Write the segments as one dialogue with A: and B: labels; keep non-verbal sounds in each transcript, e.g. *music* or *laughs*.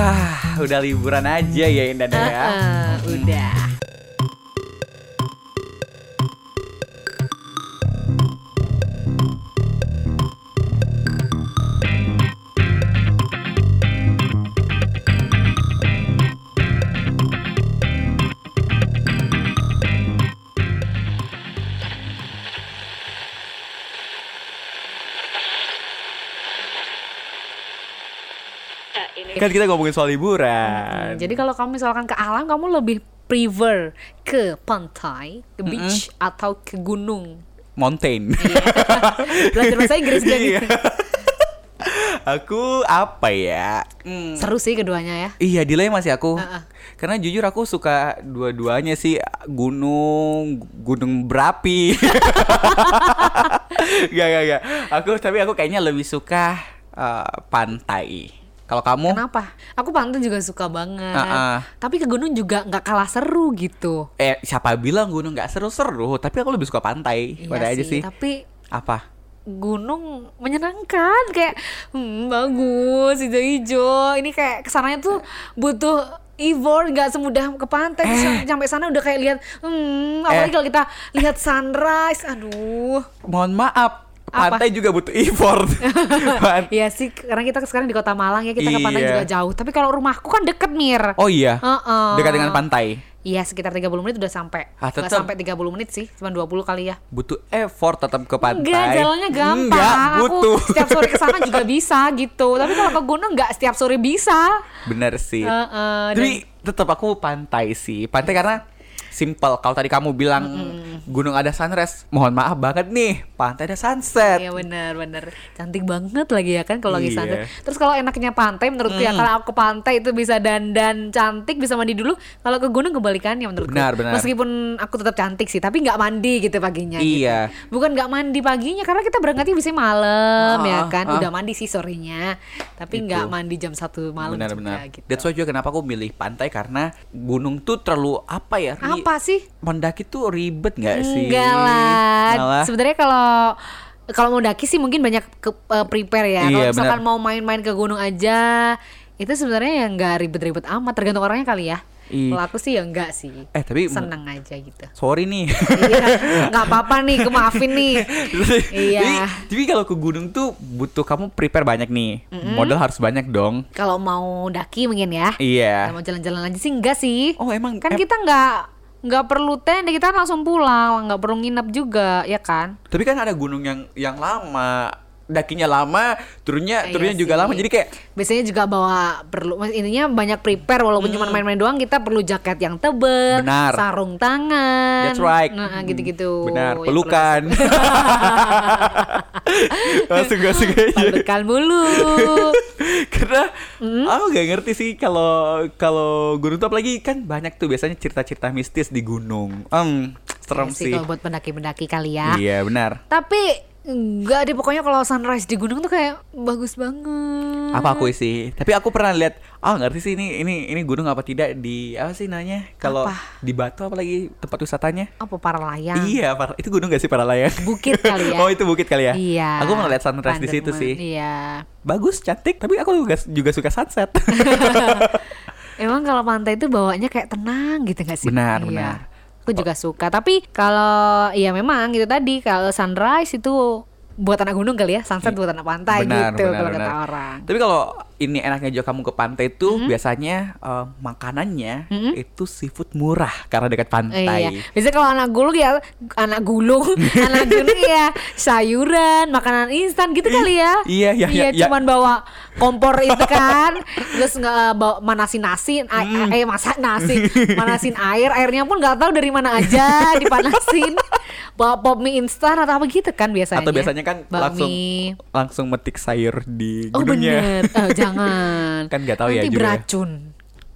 A: Wah, udah liburan aja ya Indah ya.
B: Eh, udah.
A: Kan kita ngomongin soal liburan.
B: Jadi kalau kamu misalkan ke alam, kamu lebih prefer ke pantai, ke beach atau ke gunung.
A: Mountain.
B: Belajar bahasa
A: *laughs*
B: Inggris gitu.
A: Iya.
B: jadi
A: aku apa ya? Hmm,
B: seru sih keduanya ya.
A: Iya, dilema sih aku.
B: Heeh.
A: Karena jujur aku suka dua-duanya sih gunung, gunung berapi. *laughs* gak, gak, gak. Aku tapi aku kayaknya lebih suka eh, pantai. Kalau kamu?
B: Kenapa? Aku pantai juga suka banget.
A: Ah, ah.
B: Tapi ke gunung juga nggak kalah seru gitu.
A: Eh, siapa bilang gunung nggak seru-seru? Tapi aku lebih suka pantai. Pada aja sih.
B: Iya Tapi
A: Apa?
B: gunung menyenangkan kayak hmm, bagus hijau-hijau. Ini kayak kesananya tuh butuh effort nggak semudah ke pantai Terus sampai sana udah kayak lihat hmm apalagi
A: Eh.
B: kalau kita lihat sunrise aduh
A: Mohon maaf,
B: Apa?
A: pantai juga butuh
B: *laughs*
A: effort. Pan-
B: Iya sih, karena kita sekarang di kota Malang ya kita ke pantai
A: Iya.
B: juga jauh. Tapi kalau rumahku kan deket mir.
A: oh iya,
B: Heeh.
A: dekat dengan pantai.
B: Iya sekitar 30 menit udah sampai.
A: Ah,
B: Nggak
A: tetep.
B: sampai 30 menit sih, cuma 20 kali ya.
A: Butuh effort tetap ke pantai.
B: Enggak, jalannya gampang.
A: Enggak, butuh.
B: Aku setiap sore ke sana juga bisa gitu. Tapi kalau ke gunung nggak setiap sore bisa.
A: *laughs* Bener sih.
B: Heeh, Eh, dan-
A: Tapi tetap aku pantai sih. Pantai karena simple. Kalau tadi kamu bilang gunung ada sunrise, mohon maaf banget nih, pantai ada sunset.
B: Iya benar benar. Cantik banget lagi ya kan kalau lagi
A: Iya. Mm.
B: sunset. Terus kalau enaknya pantai menurutku ya kalau aku ke pantai itu bisa dandan cantik, bisa mandi dulu. Kalau ke gunung kebalikannya menurutku.
A: Benar, benar.
B: Meskipun aku tetap cantik sih, tapi nggak mandi gitu paginya. gitu.
A: Iya.
B: Bukan nggak mandi paginya karena kita berangkatnya bisa malam ya
A: Ah,
B: kan.
A: ah.
B: Udah mandi sih sorenya. Tapi
A: Gitu.
B: nggak mandi jam satu malam juga
A: Benar-benar.
B: gitu.
A: That's why juga kenapa aku milih pantai karena gunung tuh terlalu apa ya? ri-
B: Apa sih?
A: Mendaki tuh ribet nggak sih?
B: Enggak lah.
A: Malah.
B: Sebenarnya kalau kalau mau daki sih mungkin banyak ke, eh, prepare ya. kalau
A: Iya,
B: misalkan
A: benar.
B: mau main-main ke gunung aja, itu sebenarnya ya nggak ribet-ribet amat. Tergantung orangnya kali ya.
A: Iya.
B: Kalau aku sih ya enggak sih.
A: Eh, tapi-
B: seneng aja gitu.
A: Sorry
B: *laughs*
A: nih.
B: Iya, nggak apa-apa nih, kemaafin nih.
A: *laughs*
B: Iya.
A: Jadi, tapi kalau ke gunung tuh butuh kamu prepare banyak nih. Modal harus banyak dong.
B: Kalau mau daki mungkin ya.
A: Iya.
B: Kalau mau jalan-jalan aja sih enggak sih.
A: Oh, emang-
B: kan
A: em-
B: kita nggak nggak perlu tenda, kita kan langsung pulang, nggak perlu nginep juga, ya kan?
A: Tapi kan ada gunung yang yang lama, dakinya lama, turunnya
B: Iya
A: turunnya juga
B: sih. Kan.
A: lama. Jadi kayak
B: biasanya juga bawa perlu mas- intinya banyak prepare walaupun cuma main-main doang kita perlu jaket yang tebel
A: Hmm. Benar.
B: sarung tangan
A: That's right. Hmm.
B: nah, gitu-gitu
A: benar
B: Ya,
A: pelukan. *laughs* langsung langsung
B: perlu-
A: aja.
B: pelukan mulu
A: Karena aku gak ngerti sih kalau kalau gunung tuh apalagi kan banyak tuh biasanya cerita-cerita mistis di gunung. Em, *laughs* serem
B: Ya
A: sih.
B: kalau buat pendaki-pendaki kali ya
A: Iya, benar.
B: tapi enggak deh pokoknya kalau sunrise di gunung tuh kayak bagus banget
A: apa aku isi tapi aku pernah lihat ah ngerti sih ini ini ini gunung apa tidak di apa sih namanya kalau di Batu apalagi tempat wisatanya
B: apa para layang
A: iya Par- itu gunung gak sih Paralayang
B: Ah. Bukit kali ya.
A: *laughs* oh itu bukit kali ya
B: Iya.
A: aku pernah lihat sunrise di situ
B: Pandemen.
A: sih
B: iya
A: bagus cantik tapi aku juga, juga suka
B: *laughs*
A: sunset
B: Emang kalau pantai itu bawanya kayak tenang gitu gak sih?
A: Benar,
B: Iya.
A: benar.
B: Aku juga suka. Tapi kalau ya memang itu tadi kalau sunrise itu buat anak gunung kali ya, sunset buat anak pantai gitu kalau kata orang. Mm-hmm.
A: tapi kalau ini enaknya juga kamu ke pantai tuh biasanya eh, makanannya itu seafood murah karena dekat pantai
B: Iya. Biasanya kalau anak gulung ya anak
A: *laughs*
B: gulung, anak gunung ya sayuran, makanan instan gitu kali ya.
A: iya, iya, iya, iya.
B: cuman bawa kompor itu kan, terus nggak bawa manasin nasi, a-
A: Hmm.
B: a- eh
A: *laughs*
B: masak nasi, manasin air, airnya pun nggak tahu dari mana aja dipanasin. Bawa pop mie instan atau apa gitu kan biasanya.
A: atau biasanya kan
B: Bakmi.
A: langsung langsung metik sayur di
B: Oh
A: gunungnya *laughs*
B: bener, Eh, jangan.
A: Kan nggak tahu ya
B: Nanti
A: juga ya.
B: beracun.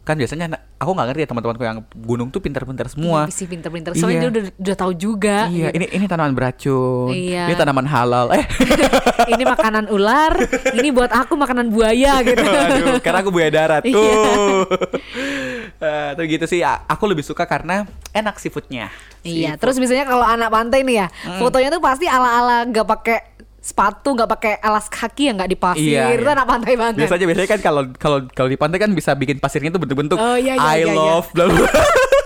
A: kan biasanya na- aku nggak ngerti ya teman-temanku yang gunung tuh pintar-pintar semua
B: Iya, sih pinter-pinter.
A: Iya.
B: Soalnya dia udah, udah tahu juga.
A: iya ini ini tanaman beracun
B: Iya.
A: ini tanaman halal eh *laughs*
B: ini makanan ular, ini buat aku makanan
A: *laughs*
B: buaya gitu.
A: aduh kan. karena aku buaya darat
B: Iya.
A: tuh Eh, tapi gitu sih a- aku lebih suka karena enak seafoodnya Hmm.
B: Iya, terus biasanya kalau anak pantai nih ya, fotonya tuh pasti ala-ala nggak pakai sepatu nggak pakai alas kaki ya nggak di pasir
A: Iya,
B: itu
A: iya.
B: anak pantai banget
A: Biasanya biasanya kan kalau kalau kalau di pantai kan bisa bikin pasirnya tuh bentuk-bentuk
B: Oh, iya, iya,
A: I
B: iya, iya.
A: love bla bla.
B: *laughs*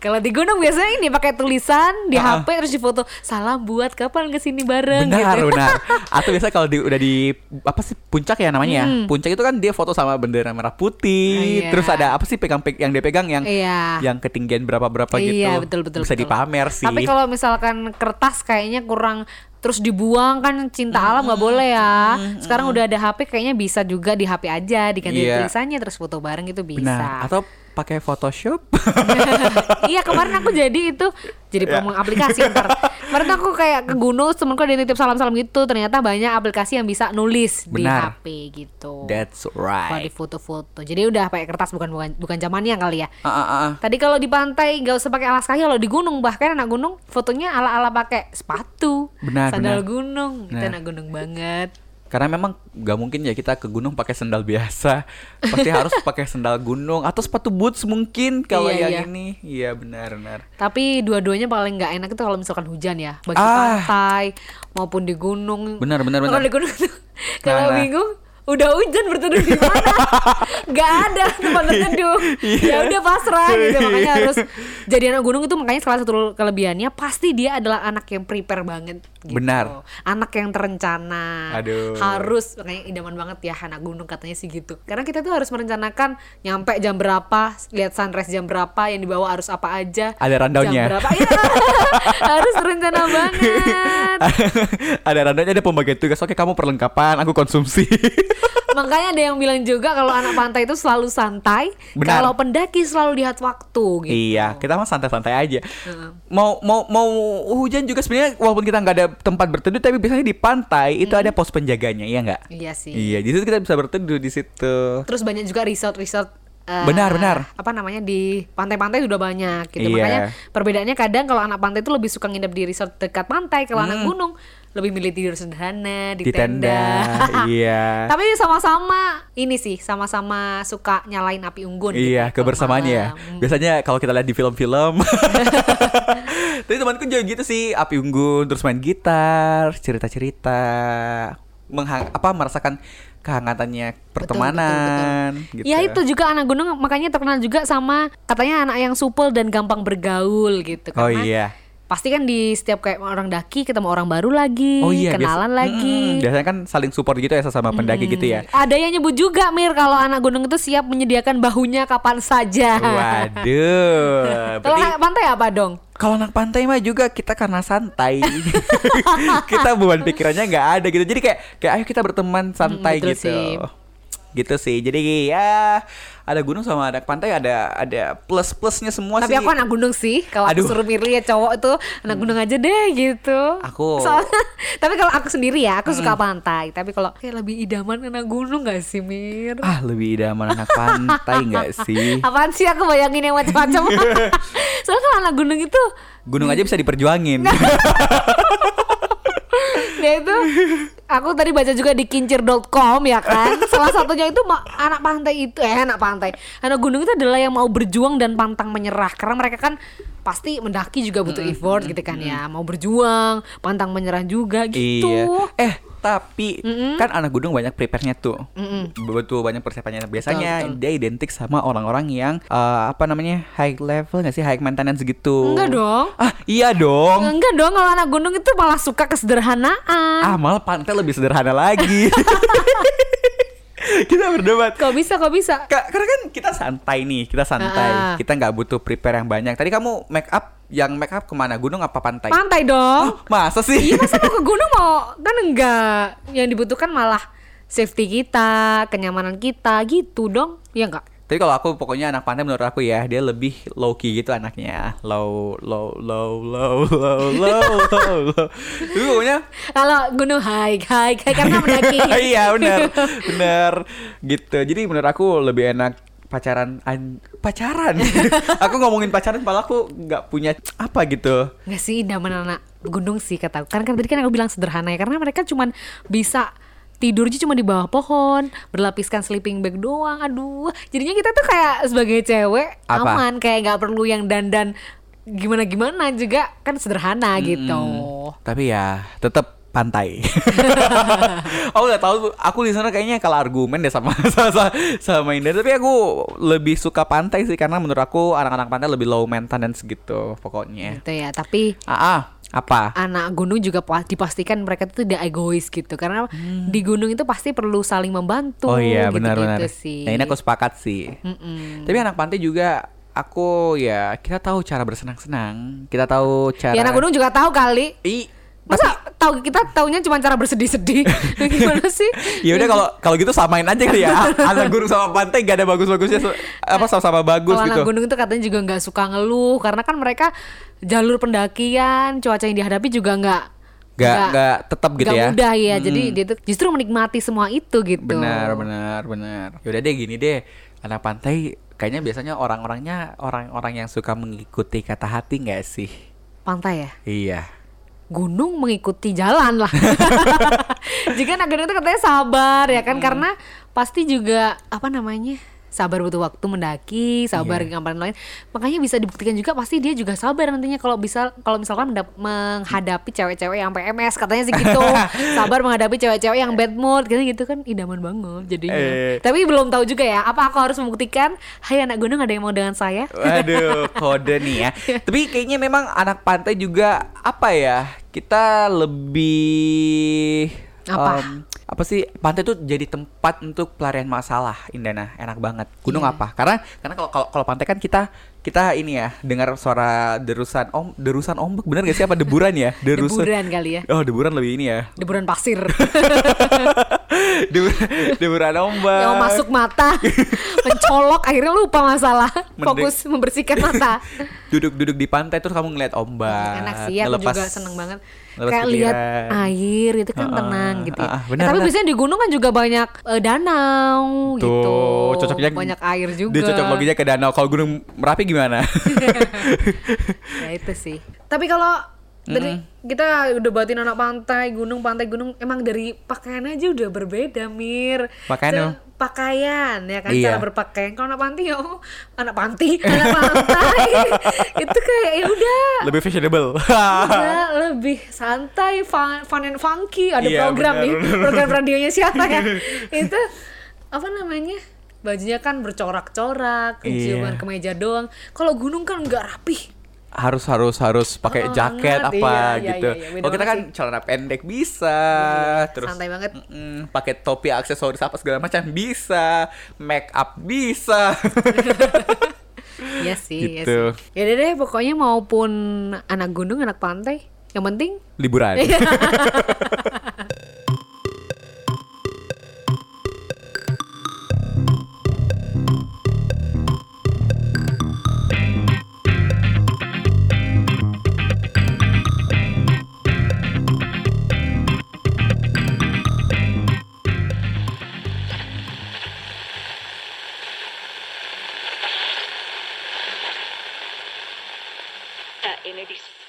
B: kalau di gunung biasanya ini pakai tulisan di
A: Ah, ah.
B: HP terus difoto salam buat kapan kesini bareng
A: benar
B: gitu
A: benar. Atau biasanya kalau di, udah di apa sih puncak ya namanya ya? Puncak itu kan dia foto sama bendera merah putih.
B: Hmm. Iya.
A: Terus ada apa sih pegang pe- yang dia pegang yang
B: *laughs* Iya.
A: yang ketinggian berapa berapa gitu.
B: Iya betul betul.
A: Bisa
B: betul.
A: dipamer Ya, sih.
B: Tapi kalau misalkan kertas kayaknya kurang terus dibuang kan cinta alam nggak boleh ya. Sekarang udah ada HP kayaknya bisa juga di HP aja diganti
A: Iya.
B: tulisannya terus foto bareng itu bisa.
A: Benar. Atau pakai
B: *laughs*
A: Photoshop.
B: iya kemarin aku jadi itu jadi promo aplikasi ntar. Kemarin tuh aku kayak ke gunung temenku ada yang titip salam-salam gitu ternyata banyak aplikasi yang bisa nulis di
A: Benar.
B: HP gitu.
A: That's
B: Kalau di
A: right.
B: foto-foto. Jadi udah pakai kertas bukan bukan bukan zamannya kali ya.
A: Ah, ah, ah, ah.
B: Tadi kalau di pantai nggak usah pakai alas kaki, kalau di gunung bahkan anak gunung fotonya ala-ala pakai sepatu,
A: Benar,
B: sandal
A: benar.
B: gunung, itu
A: Benar.
B: anak gunung banget.
A: Karena memang gak mungkin ya kita ke gunung pakai sendal biasa. Pasti
B: *laughs*
A: harus pakai sendal gunung atau sepatu boots mungkin kalau yang
B: Iya, iya.
A: ini. Iya benar benar.
B: Tapi dua-duanya paling nggak enak itu kalau misalkan hujan ya, bagi
A: Ah.
B: pantai maupun di gunung.
A: Benar, benar,
B: Kalau
A: benar.
B: di gunung tuh kalau
A: Nah, nah.
B: bingung udah hujan berteduh di
A: *laughs*
B: mana? Gak ada tempat berteduh.
A: Iya.
B: Ya udah pasrah gitu. Makanya harus jadi anak gunung itu makanya salah satu kelebihannya pasti dia adalah anak yang prepare banget gitu.
A: Benar.
B: Anak yang terencana.
A: Aduh.
B: Harus makanya idaman banget ya anak gunung katanya sih gitu. Karena kita tuh harus merencanakan nyampe jam berapa, lihat sunrise jam berapa, yang dibawa harus apa aja.
A: Ada rundown-nya.
B: Jam berapa? Iya. *laughs* harus rencana banget.
A: *laughs* ada randanya ada pembagian tugas. Oke, kamu perlengkapan, aku konsumsi. *laughs*
B: Makanya ada yang bilang juga kalau anak pantai itu selalu santai,
A: Benar.
B: kalau pendaki selalu lihat waktu gitu.
A: Iya, kita mah santai-santai aja. Mau mau mau hujan juga sebenarnya walaupun kita nggak ada tempat berteduh tapi biasanya di pantai itu
B: Hmm.
A: ada pos penjaganya, iya nggak?
B: Iya sih.
A: Iya, di situ kita bisa berteduh di situ.
B: Terus banyak juga resort-resort eh,
A: Benar, benar.
B: Apa namanya di pantai-pantai sudah banyak gitu.
A: Iya.
B: Makanya perbedaannya kadang kalau anak pantai itu lebih suka nginep di resort dekat pantai, kalau anak gunung lebih milih tidur sederhana di,
A: Hmm. Di tenda. *laughs* iya.
B: Tapi sama-sama ini sih, sama-sama suka nyalain api unggun. gitu
A: Iya,
B: kalau
A: kebersamaannya ya.
B: malam. Hmm.
A: Biasanya kalau kita lihat di
B: *laughs*
A: film-film. Tapi temanku juga gitu sih, api unggun terus main gitar, cerita-cerita, menghang apa merasakan kehangatannya pertemanan
B: betul, betul.
A: gitu.
B: Ya itu juga anak gunung makanya terkenal juga sama katanya anak yang supel dan gampang bergaul gitu
A: Oh
B: karena
A: iya.
B: pasti kan di setiap kayak orang daki ketemu orang baru lagi,
A: Oh iya, biasa-
B: kenalan lagi.
A: Mm-mm, biasanya kan saling support gitu ya sesama pendaki gitu ya.
B: Ada yang nyebut juga Mir kalau anak gunung itu siap menyediakan bahunya kapan saja.
A: Waduh.
B: Kalau
A: Berarti
B: anak pantai apa dong?
A: Kalau anak pantai mah juga kita karena santai, *laughs* kita beban pikirannya nggak ada gitu. Jadi kayak kayak ayo kita berteman santai
B: betul
A: gitu,
B: sih.
A: gitu sih. Jadi ya ada gunung sama ada pantai ada ada plus plusnya semua Oh,
B: Tapi
A: sih.
B: aku anak gunung sih. Kalau aku
A: Aduh. Mm.
B: suruh milih ya cowok itu anak gunung aja deh gitu.
A: Aku-
B: Soalnya, *laughs* tapi kalau aku sendiri ya, aku suka pantai. Tapi kalau kayak lebih idaman anak gunung gak sih Mir?
A: ah lebih idaman anak pantai nggak sih?
B: Apaan sih aku bayangin yang
A: *laughs*
B: macam-macam. Soalnya kalau anak gunung itu
A: Gunung aja bisa diperjuangin.
B: *laughs* dia itu aku tadi baca juga di kincir.com ya kan. Salah satunya itu ma- anak pantai itu eh anak pantai. Anak gunung itu adalah yang mau berjuang dan pantang menyerah karena mereka kan pasti mendaki juga butuh effort gitu kan ya. Mau berjuang, pantang menyerah juga gitu.
A: Iya. Eh tapi kan anak gunung banyak prepare-nya tuh. Betul banyak persiapannya. Biasanya dia identik sama orang-orang yang eh, apa namanya high level nggak sih high maintenance gitu.
B: Enggak dong.
A: Ah iya dong.
B: Enggak dong kalau anak gunung itu malah suka kesederhanaan.
A: Ah malah pantai lebih sederhana lagi. *laughs* Kita berdebat.
B: Kok bisa kok bisa?
A: Ka- karena kan kita santai nih, kita
B: Ah.
A: santai. Kita nggak butuh prepare yang banyak. Tadi kamu make up, yang make up kemana? Gunung apa pantai?
B: Pantai dong.
A: Oh, masa sih?
B: Iya masa mau ke gunung mau kan enggak yang dibutuhkan malah safety kita, kenyamanan kita gitu dong. Ya enggak?
A: Tapi kalau aku pokoknya anak pantai menurut aku ya dia lebih low key gitu anaknya. Low low low low low low low. low. Itu pokoknya
B: Kalau gunung hike, hike, hike
A: *laughs*
B: karena mendaki.
A: iya benar. Benar gitu. Jadi menurut aku lebih enak pacaran an- pacaran. *laughs* aku ngomongin pacaran malah aku nggak punya apa gitu.
B: Enggak sih idaman anak gunung sih kata aku. Kan kan tadi kan aku bilang sederhana ya karena mereka cuman bisa tidurnya cuma di bawah pohon, berlapiskan sleeping bag doang. Aduh, jadinya kita tuh kayak sebagai cewek
A: Apa?
B: aman kayak nggak perlu yang dandan gimana-gimana juga kan sederhana gitu.
A: Tapi Hmm. ya tetap pantai. *laughs* aku nggak tahu, aku di sana kayaknya kalah argumen deh sama *laughs* sama, sama Indah. Tapi aku lebih suka pantai sih karena menurut aku anak-anak pantai lebih low maintenance gitu pokoknya.
B: Gitu ya, tapi
A: Ah, ah apa?
B: anak gunung juga pa- dipastikan mereka tuh tidak egois gitu karena di gunung itu pasti perlu saling membantu
A: Hmm. oh iya
B: gitu-gitu
A: benar-benar.
B: sih. Hmm.
A: Nah ini aku sepakat sih.
B: Mm-mm.
A: Tapi anak pantai juga aku ya kita tahu cara bersenang-senang, kita tahu cara.
B: Ya anak gunung juga tahu kali.
A: I,
B: Masa tahu kita taunya cuma cara
A: *laughs*
B: bersedih-sedih. *laughs* Gimana sih?
A: Ya udah kalau kalau gitu samain aja kali ya. Anak gunung sama pantai gak ada bagus-bagusnya so- apa sama-sama bagus
B: Kalau
A: gitu.
B: anak gunung itu katanya juga nggak suka ngeluh karena kan mereka jalur pendakian, cuaca yang dihadapi juga nggak
A: Gak gak tetap gitu
B: nggak
A: ya.
B: mudah ya. Jadi dia tuh justru menikmati semua itu gitu.
A: Benar, benar, benar. Yaudah deh gini deh. Anak pantai kayaknya biasanya orang-orangnya orang-orang yang suka mengikuti kata hati nggak sih?
B: Pantai ya.
A: Iya.
B: Gunung mengikuti jalan lah. *laughs* Jika anak gunung itu katanya sabar ya kan karena pasti juga apa namanya? sabar butuh waktu mendaki, sabar
A: Iya.
B: gambaran lain. Makanya bisa dibuktikan juga pasti dia juga sabar nantinya kalau bisa kalau misalkan mendap- menghadapi cewek-cewek yang PMS katanya sih
A: *laughs*
B: gitu. sabar menghadapi cewek-cewek yang bad mood gitu gitu kan idaman banget jadinya.
A: Eh.
B: Tapi belum tahu juga ya apa aku harus membuktikan hai anak gunung ada yang mau dengan saya?
A: Waduh, kode
B: *laughs*
A: nih ya. Tapi kayaknya memang anak pantai juga apa ya? Kita lebih
B: Apa?
A: em, apa sih pantai tuh jadi tempat untuk pelarian masalah Indana enak banget gunung
B: Iya.
A: apa karena karena kalau kalau kalau pantai kan kita kita ini ya dengar suara derusan om derusan ombak bener gak sih apa deburan ya derusan
B: *laughs* Deburan kali ya.
A: oh deburan lebih ini ya *laughs*
B: Deburan pasir.
A: Debur- deburan ombak
B: yang masuk
A: *laughs*
B: mata mencolok akhirnya lupa masalah fokus membersihkan mata
A: duduk-duduk di pantai terus kamu ngeliat ombak
B: enak sih ya, aku
A: ngelepas-
B: juga seneng banget
A: ngelepas
B: kayak lihat
A: pikiran.
B: air itu kan
A: Heeh,
B: tenang gitu ya.
A: heeh,
B: Eh,
A: benar,
B: tapi
A: benar.
B: biasanya di gunung kan juga banyak eh, danau gitu
A: Tuh, cocoknya
B: banyak air juga
A: Dia cocok loginya ke danau. Kalau gunung Merapi
B: *laughs*
A: gimana?
B: ya itu sih tapi kalau dari kita udah batin anak pantai gunung pantai gunung emang dari pakaian aja udah berbeda mir
A: Makanya.
B: Cara- pakaian ya kan
A: Iya.
B: cara berpakaian kalau anak panti ya oh, anak panti *laughs* anak pantai
A: *laughs*
B: itu kayak ya udah
A: Lebih fashionable. *laughs*
B: udah lebih santai fun, fun and funky ada
A: Iya, benar,
B: program nih
A: benar,
B: program radionya siapa
A: *laughs*
B: ya itu apa namanya bajunya kan bercorak-corak
A: Iya.
B: cuma kemeja doang kalau gunung kan nggak rapih
A: harus harus harus pakai
B: Oh,
A: jaket
B: hangat,
A: apa
B: iya, iya,
A: gitu.
B: iya, iya, bener
A: Kalau kita kan
B: banget
A: celana pendek bisa,
B: Iya,
A: terus
B: santai banget.
A: mm-mm, pakai topi aksesoris apa segala macam bisa, make up
B: *laughs*
A: bisa.
B: Iya sih, iya
A: Gitu.
B: sih. Ya deh deh, pokoknya maupun anak gunung, anak pantai, yang penting
A: Liburan.
C: Tak ini dis.